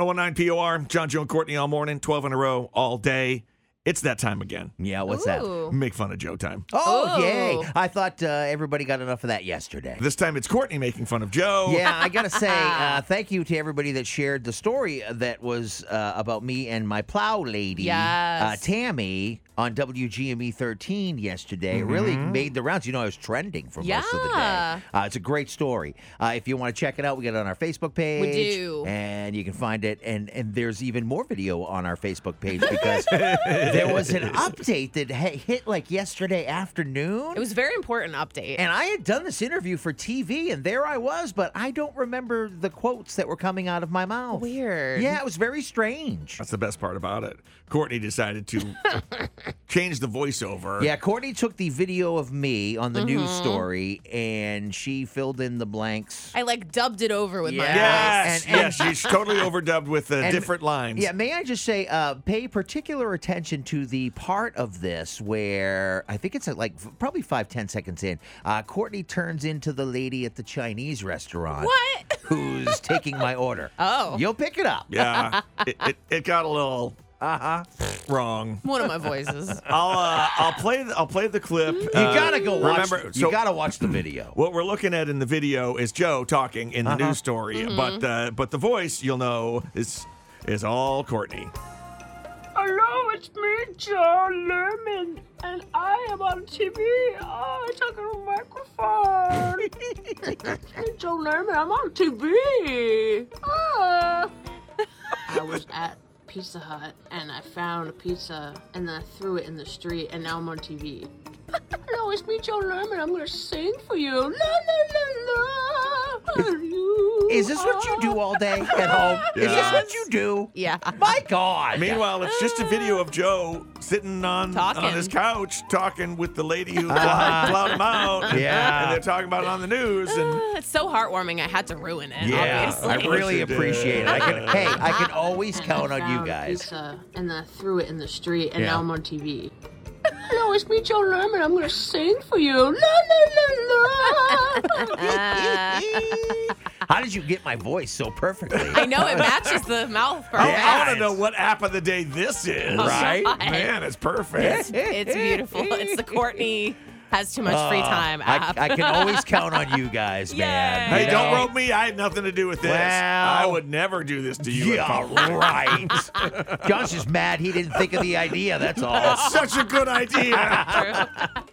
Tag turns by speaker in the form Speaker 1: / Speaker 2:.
Speaker 1: 1019 POR, John, Joe, and Courtney all morning, 12 in a row, all day. It's that time again.
Speaker 2: Yeah, what's that? Oh,
Speaker 3: Ooh.
Speaker 1: Make fun of Joe time.
Speaker 2: yay.
Speaker 3: Ooh.
Speaker 2: I thought uh, everybody got enough of that yesterday.
Speaker 1: This time it's Courtney making fun of Joe.
Speaker 2: Yeah, I gotta say, uh, thank you to everybody that shared the story that was uh, about me and my plow lady, uh,
Speaker 3: Yes.
Speaker 2: Tammy, on WGME 13 E yesterday. It Really made the rounds. You know, I was trending for most of the
Speaker 3: Mm-hmm. Yeah.
Speaker 2: day. Uh, it's a great story. Uh, if you want to check it out, we got it on our Facebook page.
Speaker 3: do.
Speaker 2: and you can find it. And and there's even more video on our Facebook page because there was an update that ha- hit like yesterday afternoon.
Speaker 3: It was a very important update.
Speaker 2: And I had done this interview for TV, and there I was, but I don't remember the quotes that were coming out of my mouth.
Speaker 3: Weird.
Speaker 2: Yeah, it was very strange.
Speaker 1: That's the best part about it. Courtney decided to change the voiceover.
Speaker 2: Yeah, Courtney took the video of me on the news story, and she filled in the blanks.
Speaker 3: Mm-hmm. I like dubbed it over with
Speaker 2: Yeah.
Speaker 3: my
Speaker 2: Yeah.
Speaker 3: voice.
Speaker 1: Yes,
Speaker 2: And- and-
Speaker 1: yes, she's totally overdubbed with uh,
Speaker 2: And-
Speaker 1: different lines.
Speaker 2: Yeah, may I just say, uh, pay particular attention to the part of this where I think it's at like f- probably five, ten seconds in. Uh, Courtney turns into the lady at the Chinese restaurant
Speaker 3: What?
Speaker 2: who's taking my order.
Speaker 3: Oh.
Speaker 2: you'll pick it up.
Speaker 1: Yeah, it, it, it got a little
Speaker 2: Uh-huh.
Speaker 1: wrong.
Speaker 3: One of my voices.
Speaker 1: I'll uh, I'll play the, I'll play the clip.
Speaker 2: You gotta go watch.
Speaker 1: Uh, Remember,
Speaker 2: you
Speaker 1: so-
Speaker 2: gotta watch the video.
Speaker 1: What we're looking at in the video is Joe talking in the
Speaker 2: Uh-huh.
Speaker 1: news story,
Speaker 2: Mm-hmm.
Speaker 1: but uh, but the voice you'll know is is all Courtney.
Speaker 4: Hello, it's me, John Lerman, and I am on TV. Oh, I talk on a microphone. hey, Joe Lerman, I'm on TV. Oh. I was at Pizza Hut and I found a pizza and then I threw it in the street and now I'm on TV. Hello, it's me, Joe Lerman. I'm gonna sing for you. La la la la. You
Speaker 2: Is this what you do
Speaker 4: are-
Speaker 2: all day at home? Is this what
Speaker 3: Yes.
Speaker 2: you do?
Speaker 3: Yeah.
Speaker 2: My God.
Speaker 1: Meanwhile, it's just a video of Joe sitting on on
Speaker 3: Talking.
Speaker 1: his couch talking with the lady who plowed, plowed him out.
Speaker 2: Yeah. Oh.
Speaker 1: and they're talking about it on the news. And
Speaker 3: It's so heartwarming. I had to ruin it,
Speaker 1: Yeah.
Speaker 2: I
Speaker 3: obviously.
Speaker 2: really
Speaker 1: Yes, you
Speaker 2: appreciate it. I can,
Speaker 1: did.
Speaker 2: hey, I can always
Speaker 4: and I
Speaker 2: count on you
Speaker 4: found
Speaker 2: guys.
Speaker 4: Pizza, and then I threw it in the street, and
Speaker 2: Yeah.
Speaker 4: now I'm on TV. Hello, it's me, Joe Lerman. I'm gonna sing for you. La la la la.
Speaker 2: How did you get my voice so perfectly?
Speaker 3: I know it matches the mouth
Speaker 1: I,
Speaker 3: perfect.
Speaker 1: want to know what app of the day this is.
Speaker 2: Right?
Speaker 3: God.
Speaker 1: man, it's perfect.
Speaker 3: It's beautiful. It's the Courtney has too much free time
Speaker 2: Uh, I,
Speaker 3: app.
Speaker 2: I can always count on you guys, man.
Speaker 3: Yay.
Speaker 1: Hey,
Speaker 2: you
Speaker 1: don't
Speaker 2: know?
Speaker 1: rope me. I had nothing to do with this.
Speaker 2: Well-
Speaker 1: I would never do this to you.
Speaker 2: Yeah, right. John's just mad he didn't think of the idea. That's all.
Speaker 1: Such a good idea.